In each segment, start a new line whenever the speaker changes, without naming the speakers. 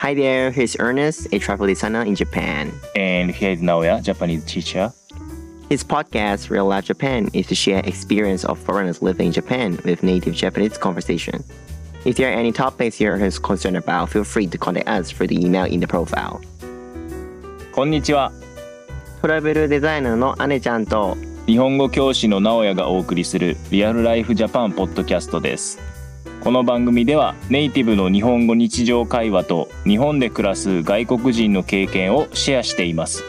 Hi there, here's Ernest, a travel designer in Japan.
And here is Naoya, Japanese teacher.
His podcast, Real Life Japan, is to share experience of foreigners living in Japan with native Japanese conversation. If there are any topics you're concerned about, feel free to contact us through the email in the profile.
こんにちは。
トラベルデザイナーの姉ちゃんと
日本語教師の直哉がお送りするリアルライフジャパンポッドキャストです。この番組ではネイティブの日本語日常会話と日本で暮らす外国人の経験をシェアしています。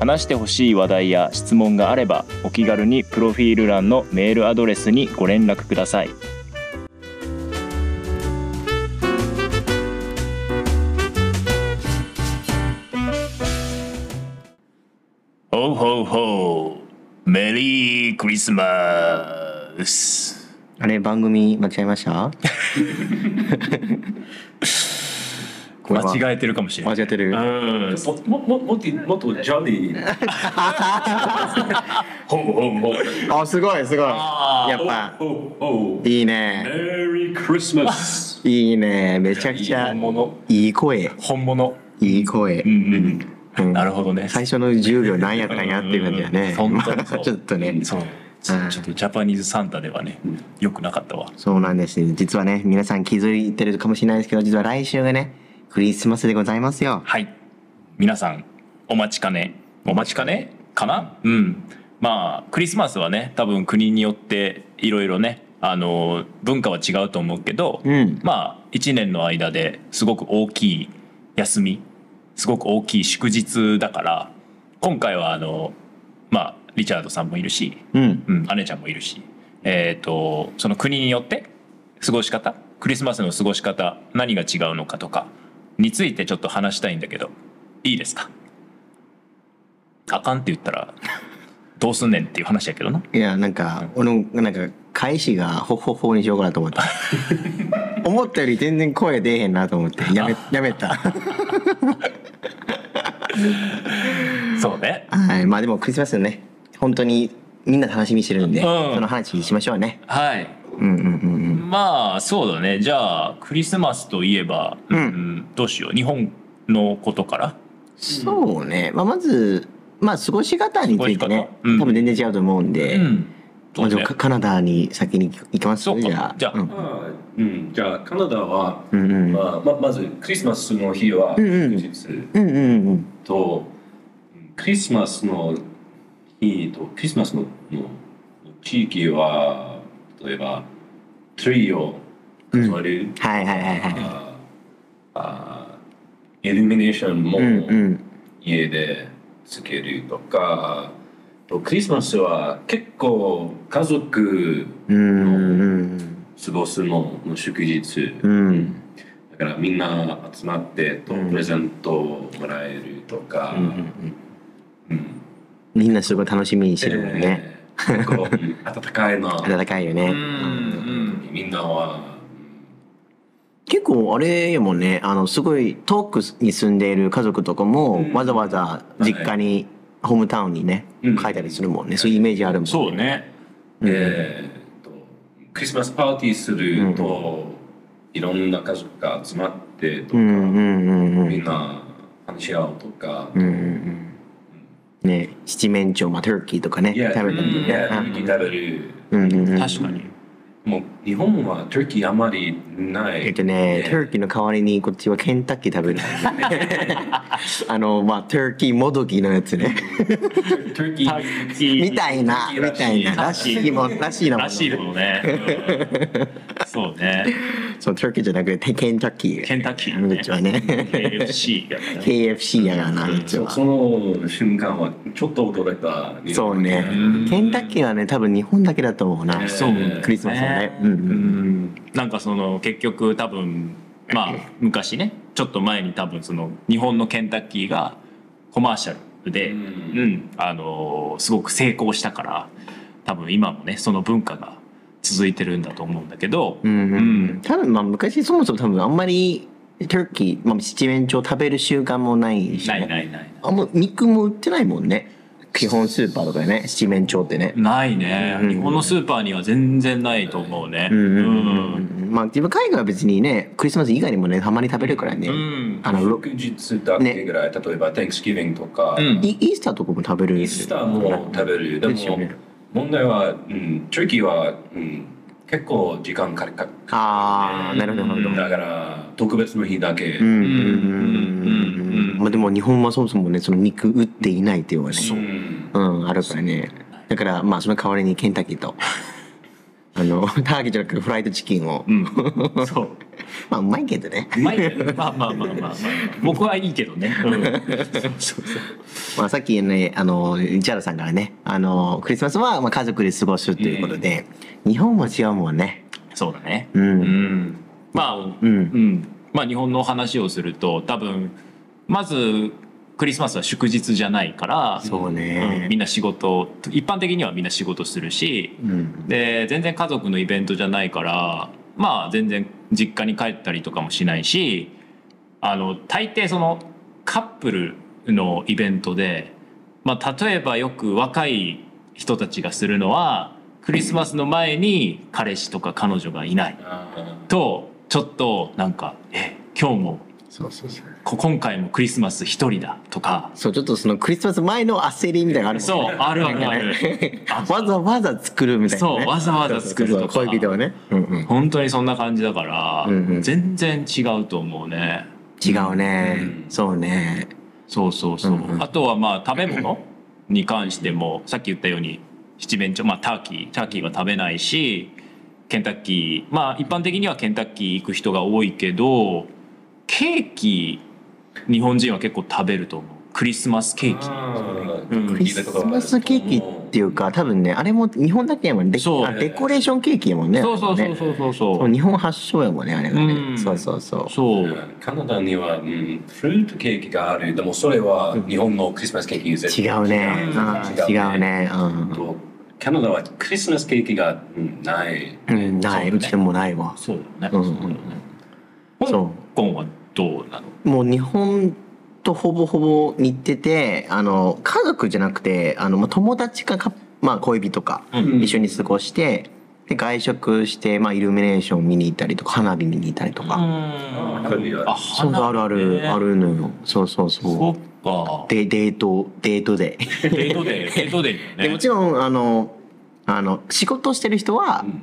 話してほしい話題や質問があればお気軽にプロフィール欄のメールアドレスにご連絡ください。
ほうほうほう。メリークリスマス。
あれ番組間違えましたこれは
間違えてるかもしれな
間
い。
違ってる
うん。
ももももっともっとジャ ニー。
ほうほうほう。
あすごいすごい
あー
やっぱ
おお。
いいね
メリークリスマス。
いいねめちゃくちゃ
本物。
いい声
本物。
いい声
うん
う
うん。
ん
なるほどね。
最初の10秒何やったんやっていう感じだね
うんうんうん
まあちょっとね
そう。ちょちょっとジャパニーズサンタではね、良くなかったわ。
そうなんです実はね皆さん気づいてるかもしれないですけど実は来週がねクリスマスでございますよ
はい。皆さん、お待ちかね。お待ちかねかなうん。まあ、クリスマスはね、多分国によっていろいろね、あの、文化は違うと思うけど、
うん
まあ、一年の間ですごく大きい休み、すごく大きい祝日だから、今回はあの、まあ、リチャードさんもいるし、
うん
うん、姉ちゃんもいるし、えー、とその国によって過ごし方クリスマスの過ごし方何が違うのかとかについてちょっと話したいんだけどいいですかあかんって言ったらどうすんねんっていう話やけどない
やなんか俺もなんか返しがほほほにしようかなと 思った思ったより全然声出えへんなと思ってやめやめた
そうね
はいまあでもクリスマスね本当にみんな楽しみにしてるんで、
うん
その話しましょうね
はい
うんうんうんうん
まあそうだねじゃあクリスマスといえば、うん
うん
どうしよう日本のことから
そうね、まあ、まずまあ過ごし方についてね
過ごし方うん
多分全然違うと思うんで、
うん
ま
そ
あ
う
じゃ
ね
あカカナダに先に行きます
そうか
じゃあ
じゃあ
うん
うん。じゃあカナダは、
うんうん
まあままずクリスマスの日は
うんうん
祝日
うんうんうん
とクリスマスの日とクリスマスのの地域は例えばツリーを飾る、
はいはいはいはい
ああイルミネーションも、
うんうん
家でつけるとかあとクリスマスは結構家族
うんうん
過ごすのの祝日
うん
だからみんな集まってと
うん
プレゼントをもらえるとか、
うんうん
うん
みんなすごい楽しみにしてるもんね、
えー結構うん温か いな
暖かいよね、
うんうん
みんなは
結構あれやもんねあのすごい遠くに住んでいる家族とかも、
うん
わざわざ実家に、ホームタウンにね
うん
帰ったりするもんね、そういうイメージあるもん
そうね
うん
えーっとクリスマスパーティーすると、いろんな家族が集まってとか、
うんうんうんうん
みんな話し合うとか、
うんうんうんね七面鳥まあトルキーとかね
いや、
食べたり
いや、
ね
トルキー食べる。
うんうんうん
確かに、
もう日本はトルキーあまりな
えっ
い。
とね、ト
ル
ルキーの代わりにこっちはケンタッキー食べる。 あの、まあ、トルキーもどきのやつね。
トルキー。
みたいな、
ト
み
ルキ
た
ー
いな、ら
ら
し
しい
いもん、らしいなも
ら
の。
しいものね、うんそうね
そう、トルキーじゃなくて、ケンタッキー。
ケンタッキー
う
ね
ちはね。
KFC やからね
KFC やからな、うち
そ
は。
その瞬間はちょっと驚いた。
そうね
うん。
ケンタッキーはね、多分日本だけだと思うな。
そう
クリスマスはね。うんう。
うんんなんかその結局多分まあ昔ねちょっと前に多分その日本のケンタッキーがコマーシャルで、
う
うんんあのーすごく成功したから多分今もねその文化が続いてるんだと思うんだけど、
うんう
うん
ん。多分まあ、昔そもそも多分あんまり、トルキー、まあ、七面鳥食べる習慣もないしね。
ないないない
あんま肉も売ってないもんね基本スーパーとかでね七面鳥ってね
ないね、
うん
日本のスーパーには全然ないと思うね、
うんうんうんうん
うん
まあ自分海外は別にねクリスマス以外にもねたまに食べるからね、
うん
あのろ
祝日だけぐらい、例えば Thanksgiving とか、
うん
イイースターとかも食べる
イースターも食べる。で
ですよ
も、
ね
問題は、うん、トルキーは、うん、結構時間かかる。
ああなるほどなるほど
だから、特別の日だけ。
うんうん
うん
う
うんん
うんまあでも日本はそもそもねその肉売っていないっていうのはね
うん
うんあるからねだからまあその代わりにケンタッキーとあのターゲットじゃなくてフライドチキンを、
うん、そう
まあうまいけどね
うまいけどねまあまあまあまあ、まあ、僕はいいけどね、うんそうそうそう
まあ、さっきね、あの、ジャルさんからね、あの、クリスマスはまあ家族で過ごすということで、日本も違うもんね。
そうだね
う。
うんんまあ、
う。
うんん、まあ日本の話をすると多分まずクリスマスは祝日じゃないから
そう
う
ね
んみ。んな仕事一般的にはみんな仕事するし
うん。
で全然家族のイベントじゃないからまあ全然実家に帰ったりとかもしないしあの大抵そのカップルのイベントで、まあ、例えばよく若い人たちがするのはクリスマスの前に彼氏とか彼女がいない
あ
とちょっとなんか「え今日も
そうそうそう。
こ今回もクリスマス一人だ」とか
そう、ちょっとそのクリスマス前の焦りみたいなのがあるもん
そう
ね。
あるあるあ る あ
わざわざ作るみたいな、ね。
そうわざわざ作るとか
そうそうそう恋人はね。うんうん。
本当にそんな感じだから、
うんうん
全然違うと思うね
違うね。
うん
そうね。
そうそうそう、
うんうん
あとはまあ食べ物に関してもさっき言ったように七面鳥まあターキーターキーは食べないしケンタッキーまあ一般的にはケンタッキー行く人が多いけどケーキ日本人は結構食べると思うクリスマスケーキ
ー
うん
クリスマスケーキっていうか、多分ね、あれも日本だけやもんね。で
そう
あデコレーションケーキやもんね。
そうそう
あれ
そ
も
う
ね
そうそうそ
そうう。日本発祥やもんね、あれがね。
うん
そうそうそう。
そう
カナダには、うん、フルートケーキがある。でもそれは日本のクリスマスケーキ全
違うね。
違う
うん違うね。うん
とカナダはクリスマスケーキが、うん、ない。
うん。ない。
そうだね
うちでもないわ。
そうだ
う
よ
ん
ね,、
うんうん
香
そ
港はどうなの
う。もう日本とほぼほぼ似てて、あの、家族じゃなくて、あの、まあ、友達かか、まあ、恋人か、
うん
一緒に過ごして、で、外食して、まあ、イルミネーション見に行ったりとか、花火見に行ったりとか。
あるよ
あ
そうそう、あるある、あるのよ。そうそう
そ
そ
っか
う。。で、デート、デートで。
デートデー、デートデーだ
で
よね。
もちろん、あの、あの、仕事してる人は
う、ん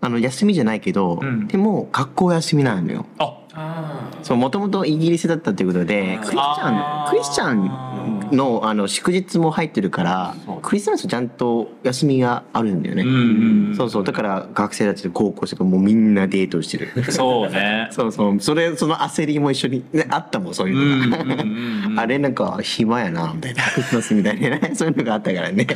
あの休みじゃないけど、
うん
でも学校休みなのよ
あ、
そうもともとイギリスだったということで
あー
クリスチャ
あ
ン
ー
クリスチャンのあの祝日も入ってるから
そう
クリスマスちゃんと休みがあるんだよね、
ん
そうそうだから学生たちで高校生とかもうみんなデートしてる
そうね。
そうそうそれその焦りも一緒に、ね、あったもんそういううのが、
んうんうんうん
あれなんか暇やなみたいなクリスマスみたいなね そういうのがあったからね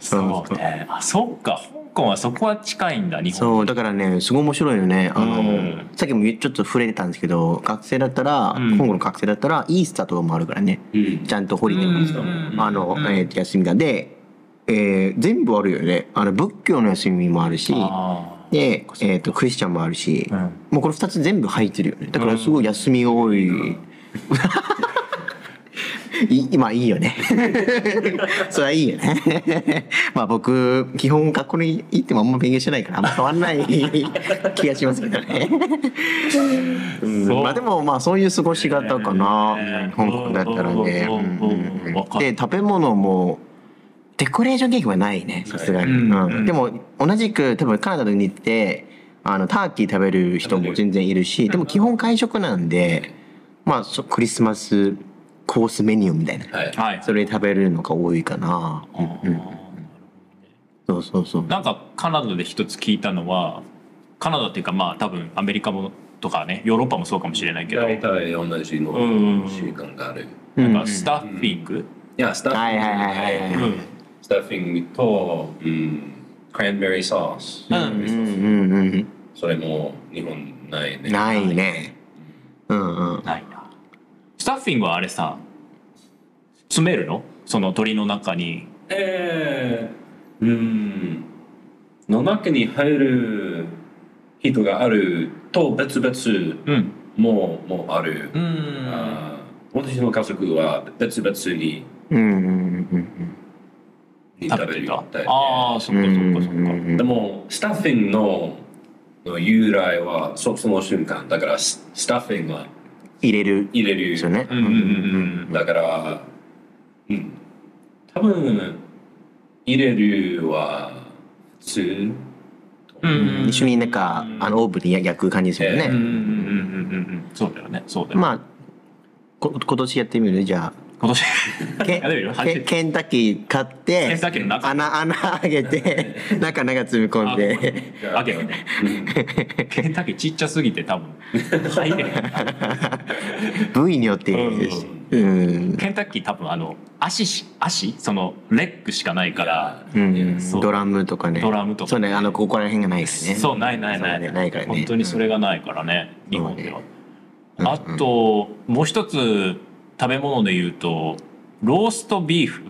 そうね。あ、そっか。香港はそこは近いんだ、日本。
そうだからねすごい面白いよねあの、
うん
さっきも言うちょっと触れてたんですけど学生だったら、
うん
今後の学生だったらイースターとかもあるからね
うん
ちゃんとホリデー
うん
も、
うん
あの、
うん
えー休みだで、えー全部あるよねあの仏教の休みもあるし
あ
で、えー、とクリスチャンもあるし、
ーうん
もうこれ2つ全部入ってるよねだからすごい休みが多い、 い今いいよね それはいいよね まあ僕基本学校に行ってもあんま勉強してないからあんま変わんない 気がしますけどね、うん
そう
まあでもまあそういう過ごし方かな、
ね
香港だったらね、
うん
うんうんうん
わかっ
で食べ物もデコレーションケーキはないねさすがに、
うん
うん
うん
でも同じく多分カナダに行ってあのターキー食べる人も全然いるしでも基本外食なんでまあそクリスマスコースメニューみたいな
はい。
はい。
それ食べるのが多いかな、
あー
うんそうそうそう
なんかカナダで一つ聞いたのは、カナダっていうかまあ多分アメリカもとかね、ヨーロッパもそうかもしれないけど、
大体同じ
うんうんう
の
ん
習慣がある。
なん
う
か
ん
スタッフィング、
いや、スタッフィング。
はいはいはいはい
うん
スタッフィングと、うん、クランベリーソース。
うん
うんうん
それも日本ない
うん
ね。
ないねうんうん
ないなスタッフィングはあれさ詰めるのその鳥の中に
えー、うん。の中に入る人があると別々
うん
ももある。
うん
あー私の家族は別々に
うんうんうん
食べて
に
た
食べるようになって
ああそっかそっかそ
う
っ
んうんうん
か
うん
でも、スタッフィングのの由来はそその瞬間だからススタッフィングは
入れる
入れる
ですよね。
うんうんうん
だから、うん、多分入れるは普通
うんうんうんうん
一緒になんか、あのオーブンで焼く感じですよね。
ええ
うんうんうんうんうんうんそうだよねそうだよね、
まあこ今年やってみるじゃ
今年
あけ
やってみる
けケンタッキー買って
ケンタッキーの中
穴穴開け て中中詰め込んで
あけどねケンタッキーちっちゃすぎて多分入れへん
部位によってうん
ケンタッキー多分あの足し足そのレッグしかないから
う
い
ん
や
そう
ドラムとかね
ドラムとか
そうねあのここら辺がないですね
そうないないな
そうね
い
ないからね
本当にそれがないからね、
ん
日本では、
うん
あともう一つ食べ物で言うとローストビーフ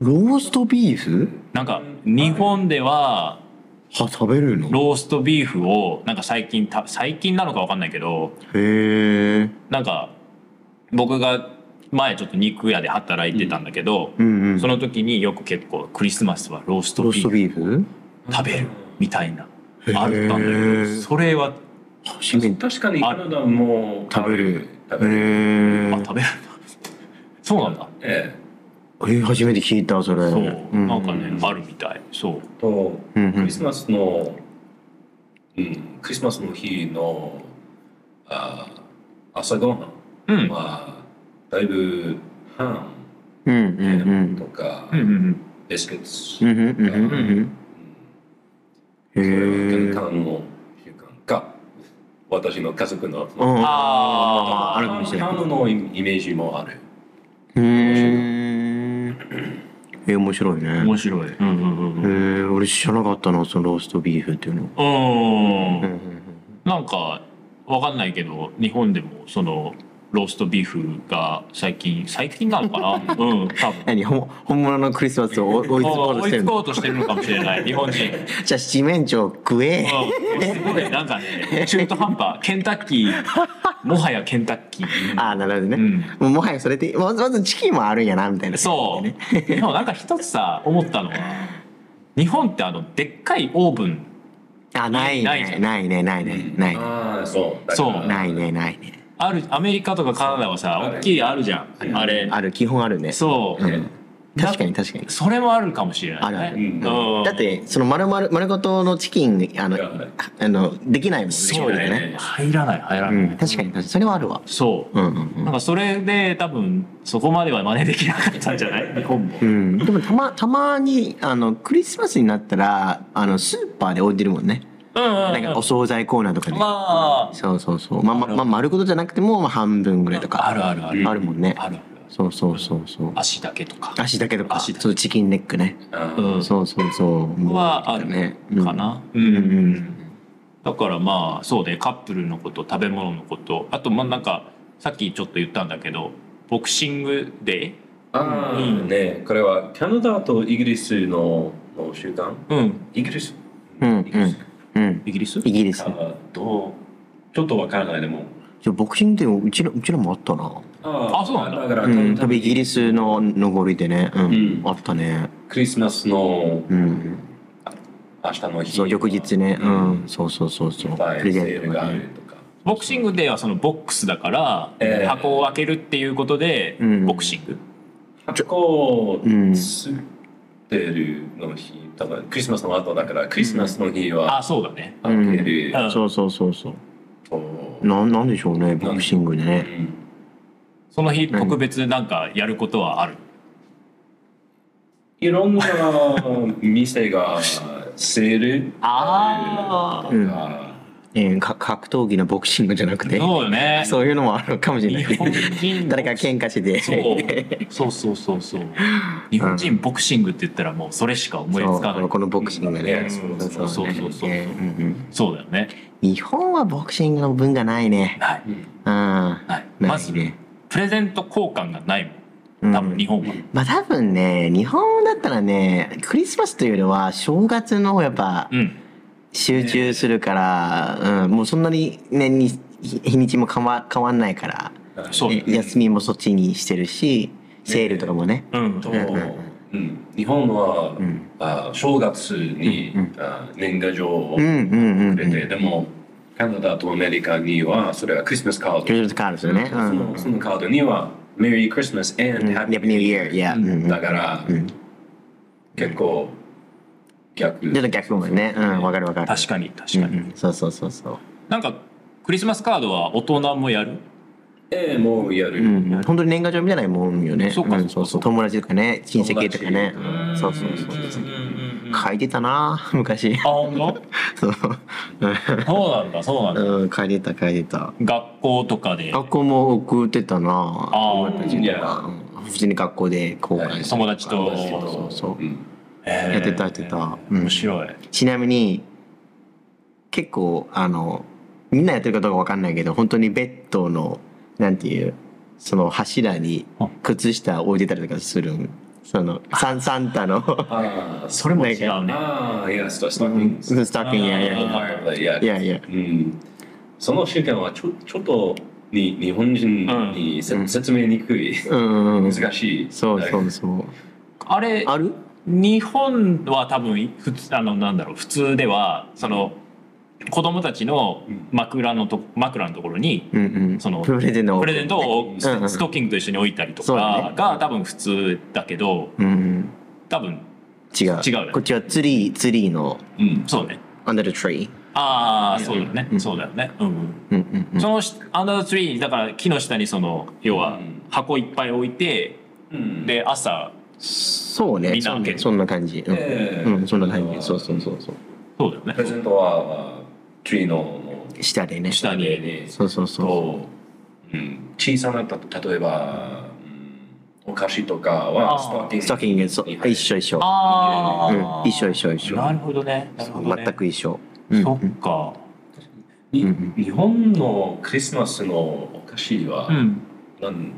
ローストビーフ
なんか日本では
は食べるの
ローストビーフをなんか最近た最近なのかわかんないけど
へえ
なんか僕が前ちょっと肉屋で働いてたんだけど、
うんうん
その時によく結構クリスマスはロースト
ロース
ビー
ト
フ
ビーフ
食べるみたいな
へー
あったんだけどそれは
初めて
確かにカナダも
食べるへ
食べる
あ
え
食べるんだそうなんだ
え
えー初めて聞いたそれ
そう
うん
なんかねあるみたいそう
えと
うんうん
クリスマスの、うん、クリスマスの日のあ朝ごは
うん
んはだいぶハ
うんう
ン
ん
とか
うんうん
ビスケ
うんう
ッ
んうんうんうんうん
ト、
へえ
それは健康の習慣か私の家族の
あー
あるかもしれない
ハムのイメージもある。
うーんえ面白いね
面白いうんうんうん
え
うん
ー、俺知らなかったなそのローストビーフっていうの
うん
うん
なんかわかんないけど日本でもそのローストビーフが最近最近なのか なうん多分
何ほん本物のクリスマスを追追いつこうと
追
し
い
てる
つ
の
こうとしてるのかもしれない日本人
じゃあ七面鳥食え
うんすごいなんかね中途半端ケンタッキーもはやケンタッキー
ああなるほど
う
ね、
ん
もうもはやそれでまずまずチキンもあるんやなみたいな
そう
ね
でもなんか一つさ思ったのは日本ってあのでっかいオーブン
あない
ないじ
ね
ゃん
ないねないねないね
ああ、そう。
そう
ないねないね
あるアメリカとかカナダはさ大きいあるじゃんあれ
ある基本あるね
そう、
うん確かに確かに
それもあるかもしれないね
あるある
うん
うん
だってその丸々丸ごとのチキンあの
いや
あのできないもんね
そう
料理
だ
が
よね入らない入ら
う
ない、
ん、確かに確かにそれはあるわ
そ
うんうん
うなんかそれで多分そこまでは真似できなかったんじゃない日本も
うん、うん、でもたまたまにあのクリスマスになったらあのスーパーで置いてるもんね
うんうん
なんかお惣菜コーナーとかで、
まあ
そうそうそうまあままあ丸ごとじゃなくてもまあ半分ぐらいとか
あるあるある
あるもんね
あるある
そうそうそうそう
足だけとか
足だけとか
足だけ
そうチキンネックね、
うん
そうそうそうもう
はあ
で
る
きたねうん
かな、うん
うんうん
だからまあそうでカップルのこと食べ物のことあとまあなんかさっきちょっと言ったんだけどボクシングデ
ああ、ね、これはカナダとイギリスのの習慣。
ー、うん、
イギリス。
うん
イギリス
うんうん
イギリス
イギリス
あどう。ちょっとわからないでも。
じゃあボクシングでもうちらうちらもあったな
あ
あそうなんだ
だから、
うん多分イギリスの残りでねうん、
うん
あったね
クリスマスの
うん
明日の日。
そう翌日ねうん、そうそうそうそう
プ
プ
レ
レ
ゼ
ゼン
ン
ト
ト
が
があ
ね
るとか。
ボクシングデーはそのボックスだから、
ええ
箱を開けるっていうことで、
うん
ボクシング
こ
う
う
ん
吸ってるの日、多分クリスマスの後だから、クリスマスの日は
あそうだね
開ける
う。ん
そうそうそうそう
と
なんなんでしょうねボクシングで
う
ね
ん
その日特別なんかやることはある、
いろんな店がセール
あー
とか、
えーか格闘技のボクシングじゃなくて
そうよね
そういうのもあるかもしれない
日本人の
誰か喧嘩してて
そうそうそうそうそう日本人ボクシングって言ったらもうそれしか思いつかな
そ
いう
このボクシングがね
うん
そ
そう
う
そうそうそう
ねうんうん
そうだよね
日本はボクシングの文がないね
ない
うんまな
ない
いね
まずプレゼント交換がないもん多分日本は、
あ多分ね日本だったらねクリスマスというよりは正月のやっぱ
うん、
集中するから、うん、もうそんなに年に日日にちも変わ変わんないから、
そうだ
ね
よね
休みもそっちにしてるしセールとかもね、
うん
と、
うんうん
うん、日本は、
うん
あ正月に、あ年賀状を
うんうんうん
くれて、でもカナダとアメリカにはそれはクリスマスカー
ク
ド、
リスマスカードですよね。うん
そのそのカードにはメリークリスマス and
うん
Happy
Happy New Year. Yeah. うんうん
だから、
ん
結構逆
ちょっと逆もね。うん、わかるわかる。
確かに確かに、
うんそうそうそうそう。
なんかクリスマスカードは大人もやる
ええもうやる、
うん、本当に年賀状みたいなもんよね。
そうか
んそうそう。友達とかね、親戚とかね。そうそうそうう。
んうんうんあ
書いてたな、 昔。
本当
そう
そうなんだそうなんだ、
うん、書いてた、書いてた。
学校とかで
学校も送ってたな。
あ
友
ー
達とかうん普通に学校で交換して。
友達と
そうそう。
うん
やってたやってた
えー
うん
面白い
ちなみに結構あのみんなやってるかどうかわかんないけど本当にベッドのなんていうその柱に靴下置いてたりとかするんそのサンサンタの
ああ
それも違うね
ああ、いや、ストストッキング。
スタッキングいやいやいや
あいや
い、やいや
うん。その瞬間はちょちょっとに日本人にせ、
うん
説明にくい、
うんうんうん
難しい。
そうそうそう
あれ
ある
日本は多分普通あのなんだろう普通ではその子供たちの
うん
枕のと枕のところに
うんうん
その
プレゼントを
プレゼントをス
うんうん
ストッキングと一緒に置いたりと
そうだ
か
ね
が多分普通だけど
うんうん
多分
違う
違うよね
こっちはツリーツリーの
うん。
そうね
under the tree
ああそうだよね
うん
そうだよねうん
うん
う
うんん
そのしアンダーツリーだから木の下にその要は
うん
箱いっぱい置いて
うん、
で朝
そうね
みんな開ける
そんな感じうん
ええ
うんそんな感じそうそうそうそう
そうだよね
プレゼントは、あトリーの
下でね
下に
上に、
そうそうそう
と、うん、小さな、た例えば、うん、お菓子とかは
あー
ストッキング。
ストッキングそう一緒一緒
ああ、
うん一緒一緒一緒
なるほどねなるほどね
全く一緒
そっか
に
うんうん
日本のクリスマスのお菓子は、
うん
なん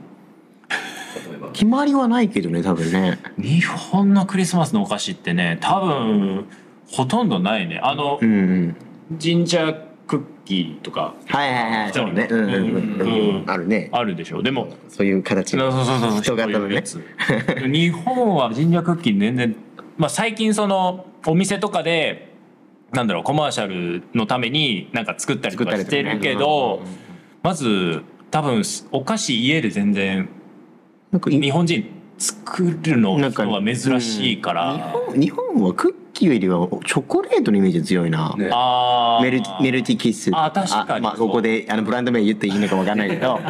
例えば、
決まりはないけどね多分ね
日本のクリスマスのお菓子ってね多分ほとんどないねあの、
うんうん
ジンジャークッキーとか
はいはいはいそうねうんうんうん
う
うんんあるね
あるでしょでも
そういう形
そうそうそうそう
人型のね
そういうやつ日本はジンジャークッキー全然、まあ、最近そのお店とかでなんだろうコマーシャルのためになんか作ったりと
作っ
か
たり
し
とかね
てるけど、まず多分お菓子家で全然
なんかい
日本人作るの
なんか
人は珍しいから、
日本はクッキーよりはチョコレートのイメージ強いな
ね
ああ
メルメルティキッス
あ確かに
あまあここであのブランド名言っていいのかわかんないけ ど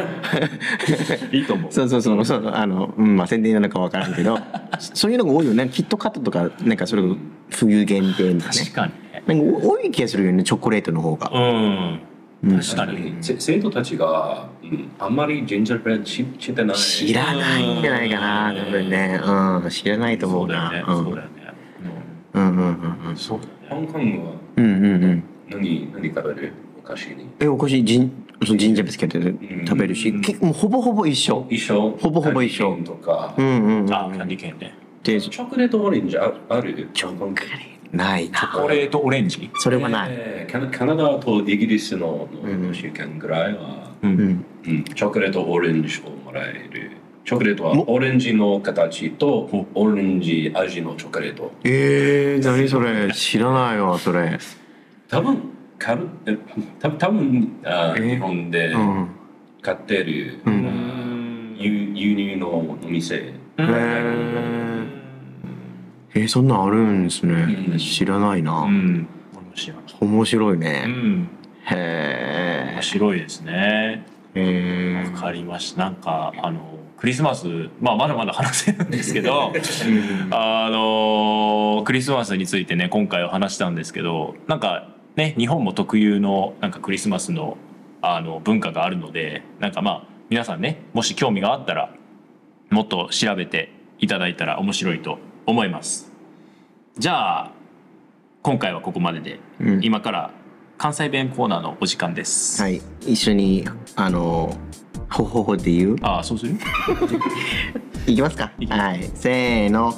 いいと思う
そうそうそうそうそうあの、うん、まあ宣伝なのかわからんけ どそそういうのが多いよねキットカットとかなんかそれこそ冬限定みたいなね
確かにね
なんか多い気がするよねチョコレートの方が、
うん、
うん
確かに
せ生徒たちが、うん、あんまりジンジャーブレッド知知ってない。
知らないんじゃないかな
うん
多分ね、うん、知らないと思
そう
う
だよね
な
そうだよね
うんうんうんうん
そうだ
香
ね
港は
うんうんうん
何何食べるお菓子に
えおかしいジンそのジンジャービスケットで食べるし、
うん
結構ほぼほぼ一緒
一緒
ほぼほぼ一緒
カニとか、
うんうんうん
あキャンディー券ね
で
チョコレートオレンジあある
チョコレートない
チョコ
な
レートオレンジ
それはない、
えーカナカナダとイギリスの
うん
週間ぐらいは、
うん、
うんチョコレートオレンジをもらえるチョコレートは
も
オレンジの形と
ほ
オレンジ味のチョコレート
えー、何それ知らないわそれ
多分カルえた多分あ
えー
日本で
うん
買ってる、
う
うんん
輸輸入のお店
えー、えーそんなんあるんですね、
うん
知らないな、
うん俺も知らない
面白いうね、
ん
へ
面白いですね
えへ
わかりましたなんかあのクリスマスまあまだまだ話せるんですけどあのクリスマスについてね今回は話したんですけどなんかね日本も特有のなんかクリスマスのあの文化があるのでなんかまあ皆さんねもし興味があったらもっと調べていただいたら面白いと思いますじゃあ今回はここまでで、
うん
今から関西弁コーナーのお時間です、
はい一緒にあのほほほって言う
ああそうする
いきますか
いきます
はいせーの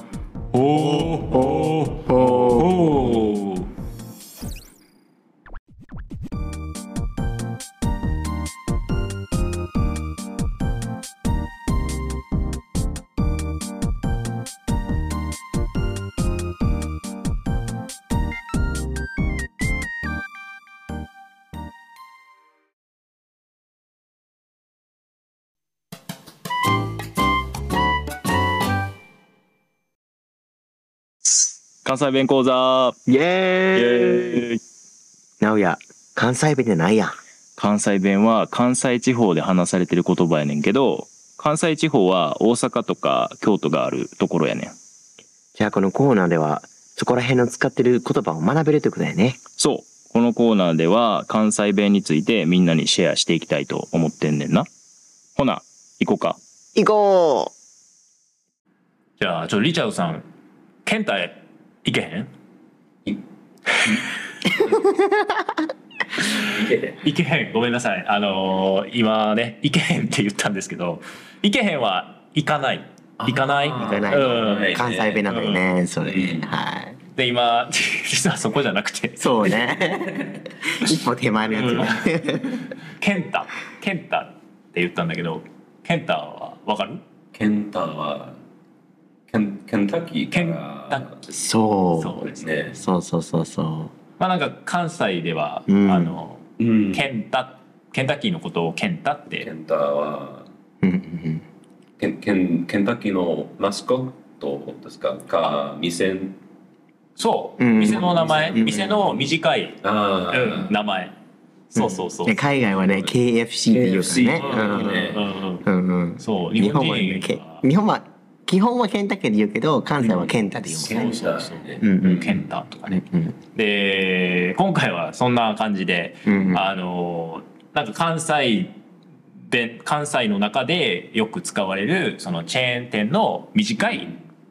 おおお
ほ
お
関西弁講座
イ
イ
エーイ
エーイ
なおや、関西弁でないやん。
関西弁は関西地方で話されてる言葉やねんけど関西地方は大阪とか京都があるところやねん
じゃあこのコーナーでは、そこら辺の使ってる言葉を学べるということだよね。
そうこのコーナーでは関西弁についてみんなにシェアしていきたいと思ってんねんなほな行こうか
行こ
じゃあちょリチャードさんケンタへ行けへん行けへんごめんなさいあのー今ね行けへんって言ったんですけど行けへんは行かない行かない
あー
行かない
うん
う関西弁なんだよね、それ。
うん
はい。
で今 実はそこじゃなくて
そう ね。一歩手前のやつね。
ケンタケンタって言ったんだけどケンタはわかる
ケンタはケンケンタッキーか
ケンタ
ら
ッキー
そ
そうですね
ね
う。。そうそうそうそ
まあなんか関西では、
うん
あの
うん
ケンタケンタッキーのことをケンタっ
ケ
て
ンタは
う。うんうん
ケンケンケンタッキーのマスコットですかか店
そう、
うん
店の名前、
うん
店の短い、
ああ、
うん名前そうそうそう、
うん。で海外はね、KFC っていうから
KFC
ね。
うんう
う
ん
んうんうん。
そう日
日
本
本はね、
人
け
は
日本は、基本はケンタッキーで言うけど、関西はケンタで言うもん
そ
ね。
うそうそう
ケンタね
うんうん
ケンタとかね
うん
で今回はそんな感じで、
うんうん
あのなんか関西弁関西の中でよく使われるそのチェーン店の短い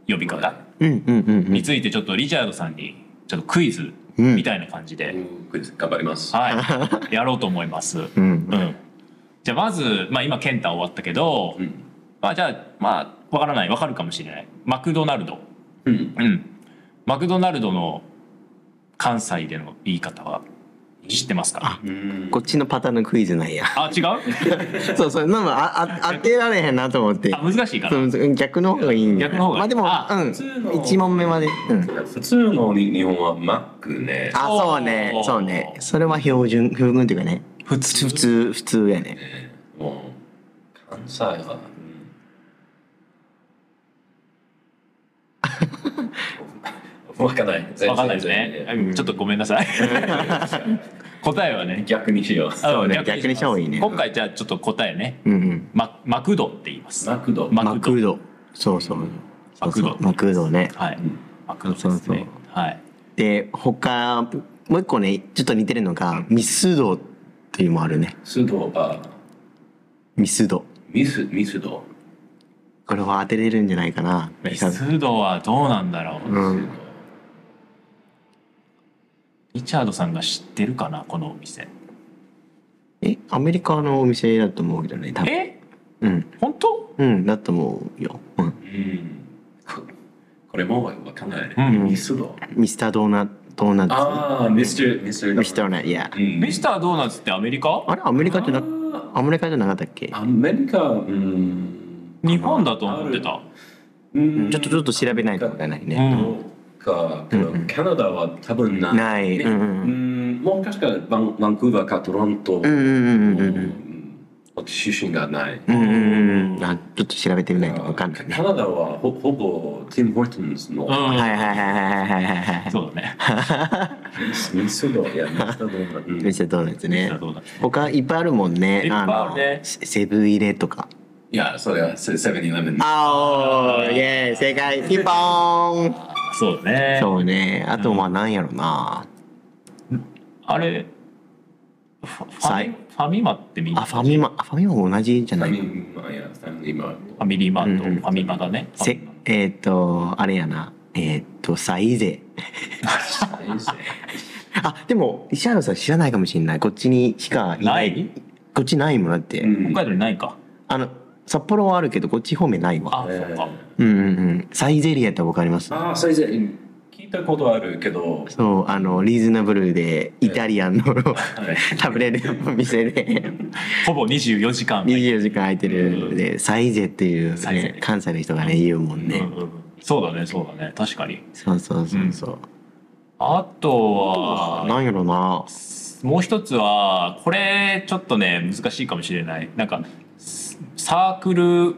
呼び方
うんうんうん
についてちょっとリチャードさんにちょっとクイズ
うん
みたいな感じで、
クイズ頑張ります。
はい やろうと思います。
う。
うんん、じゃあまず、まあ、今ケンタ終わったけど、
うん
まあじゃあまあわからないわかるかもしれないマクドナルド
うん、
うんマクドナルドの関西での言い方は知ってますか
うん
こっちのパターンのクイズなん や。
あ違う
そうそう、なんかああ当てられへんなと思って。
あ難しいか
そ
な
うそう逆の方がいいんじゃない
逆の方がいい
まあでも、
あ
うん、
普通の
1問目まで。うん、
普通のに日本はマックね。
あ、
おー
そうね、そうね。それは標準、標準っていうかね、
普
普通、
通
普通、普通やね。
もう関西は。うんわかんない。
わかんないですね、
全然。
うんちょっとごめん なさい答えはね
逆にしよう。
そうね
あ
逆にした方がいいね
今回じゃあちょっと答えね
うんうん。
ママクドって言います
マクド。
マ
マ
クド
クド。そうそう。そうそう
マクド
マクドね。
はい
ん
マクドですね
そうそう
はい
で、他、もう一個ね、ちょっと似てるのが、ミスドっていうのもあるね。
スドは
ミスド。
ミスミスド。
これは当てれるんじゃないかな。
ミスドはどうなんだろう、
うん。
リチャードさんが知ってるかなこのお店
え、アメリカのお店だと思うけどね、多分。
え
うん。
本当
うん、だと思うよ。うん。
うん。ここれもわかんない。
うん
ミスド。
ミスタードーナ、ドーナツ。
ああ、ミスターミスター
ミスタードーナツ、いや。
うん
ミスタードーナツってアメリカ
あれアメリカってな
あ
アメリカじゃなかったっけ
ーアメリカ、うん。
日本だと思ってた
うん
ちょっとちょっと調べないとわからないね。
うん
か、けど
うんうん
カナダは多分ない。
ない
ね
う
うんん
うん
もう確かバンバンクーバーかトロント。
うんうんうんうんうん
うん出身がない。
うんうんうん。あちょっと調べてみないとわかんないね
カ。ナダはほほぼティム・ホートンズの
うん
はいはいはいはいはいはいはい。
そうだね
ミスドやミスドーナツうん
ミスタードーナツ
ミスタ
ね
ー。ドーナツ
他いっぱいあるもんね。
いっぱいあるね
のセセブン入れとか。
いや、それはセセブンイレブン。
あおーイェーイ正解ピンポーン
そうだね
そうね。あとまあなんやろな。
あれファフ
さ
ァ
い
ミファミマってみん
あファミマあファミマも同じじゃな
ファ
い。
ミマやファミマ
ファミリーマート、
うんうん
ファミマだね
せえっとあれやな。えっとサイゼ。あでも石原さん知らないかもしれないこっちにしかいな
ないい
こっちないもんだって、
うん
北海道にないか
あの札幌はあるけどこっち方面ないわ
あ、そうか
うんうんうんサイゼリアってわかります
ああ、それじゃ聞いたことあるけど、
そうあのリーズナブルでイタリアンの
はい
食べれるお店で
ほぼ24時間
24時間空いてる
うん
でサイゼっていう、
サイゼ
ね、関西の人がね言うもんね、
うんうんうんそうだねそうだね確かに
そうそうそうそう、
あと
あ
は
なんやろな
もう一つはこれちょっとね難しいかもしれないなんかサークル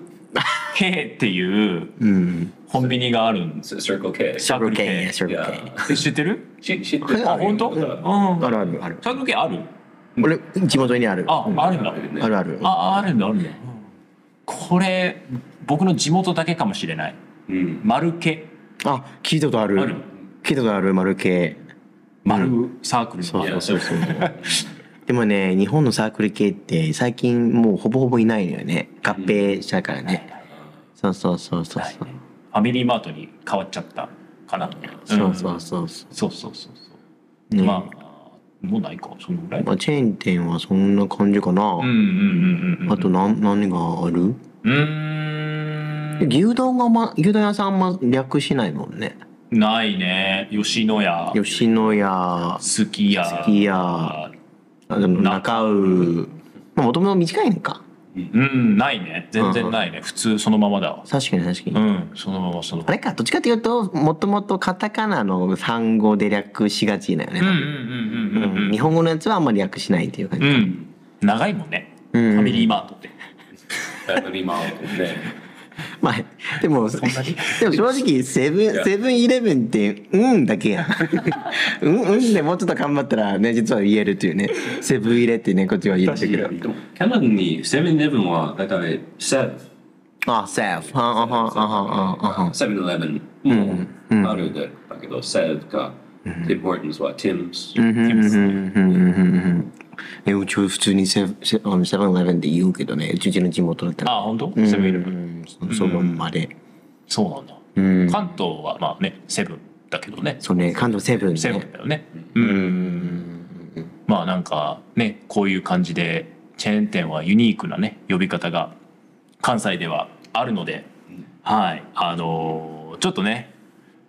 K っていう
うん。
コンビニがあるんですよ。
Circle K.
サーク
Circle
ル
K ね Circle K
え知ってる
知知って
これ
た
あ、本当？う。
うんん
あ
サ
るあるある。
ークル K ある
俺、地元にある。
あ、あるんだ。
あるある。
あ、あるんだ、あるんだ。これ、僕の地元だけかもしれない。
うん。
丸系。
あ、聞いたことある。
ある
聞いたことある、丸系。
丸サークル
そ
の。
うそうそうそう。でもね、日本のサークル系って最近もうほぼほぼいないのよね。合併したからね。そうそうそうそう
ないねファミリーマートに変わっちゃったかな。
そう。
ん
そうそうそうそ
そうそうそうそう。
う。ね
まあ、もうないか、そのぐらい。
まあ、チェーン店はそんな感じかな。
うんうんうんうん。
あと何何がある、
うーん。
牛丼があんま牛丼屋さんあんま略しないもんね。
ないね。吉野家。
吉野家、
すき家。
すき家あでも中尾。まあもともと短いのか。
うん、ないね。全然ないね。普通そのままだわ。
確かに確かに。
うん、そのままそのま
あ
ま。
れか、どっちかというと、もともとカタカナの単語で略しがちだよね。
うんうんうんうんうん
う
うんん。
日本語のやつはあんまり略しないっていう感じ。
うん。長いもんね。
う
フ
ん
ァミリーマートって。
ファミリーマート ね。
まあ、でも、でも正直、セブン、セブンイレブンって、うんだ けやん。うん、うんでもうちょっと頑張ったらね、実は言えるというね。セブン入れってね、こっちは言ってくる。
でもキャナダにセブンイレブンはだいたいセブン。
あ、セブン。あはんはんあはんあはんあはん。
セブンイレブンもあるんだけど、セブンか、ティム・ホートンズはティムス。
うんうんうんうんうんうんうんえ、うちは普通にセブン、セブンイレブンで言うけどね、うちの地元だったら。
あ、本当？セブンイレブ
う
ン。
んそそのまんまで。
そうな
う
んだ。
ん。
関東はまあね、セブンだけどね。
そうね、関東セブン
セブン
ね。
だよね。うん。まあなんかね、こういう感じでチェーン店はユニークなね、呼び方が関西ではあるので、はい。あのーちょっとね、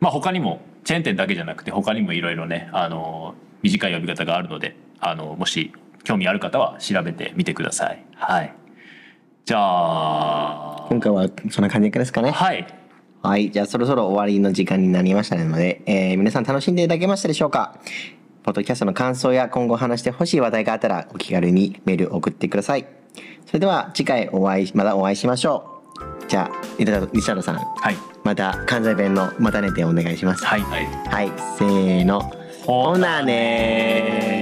まあ他にもチェーン店だけじゃなくて他にもいろいろね、あのー短い呼び方があるので、あのーもし興味ある方は調べてみてください。はい。じゃあ、
今回はそんな感じですかね。
はい。
はい。じゃあそろそろ終わりの時間になりましたので、えー皆さん楽しんでいただけましたでしょうかポッドキャストの感想や今後話してほしい話題があったらお気軽にメールを送ってください。それでは次回お会い、またお会いしましょう。じゃあ、リチャードリチャードさん、
はい。
また関西弁のまたねでお願いします。
はい。はい
はい、せーの。ほなねー。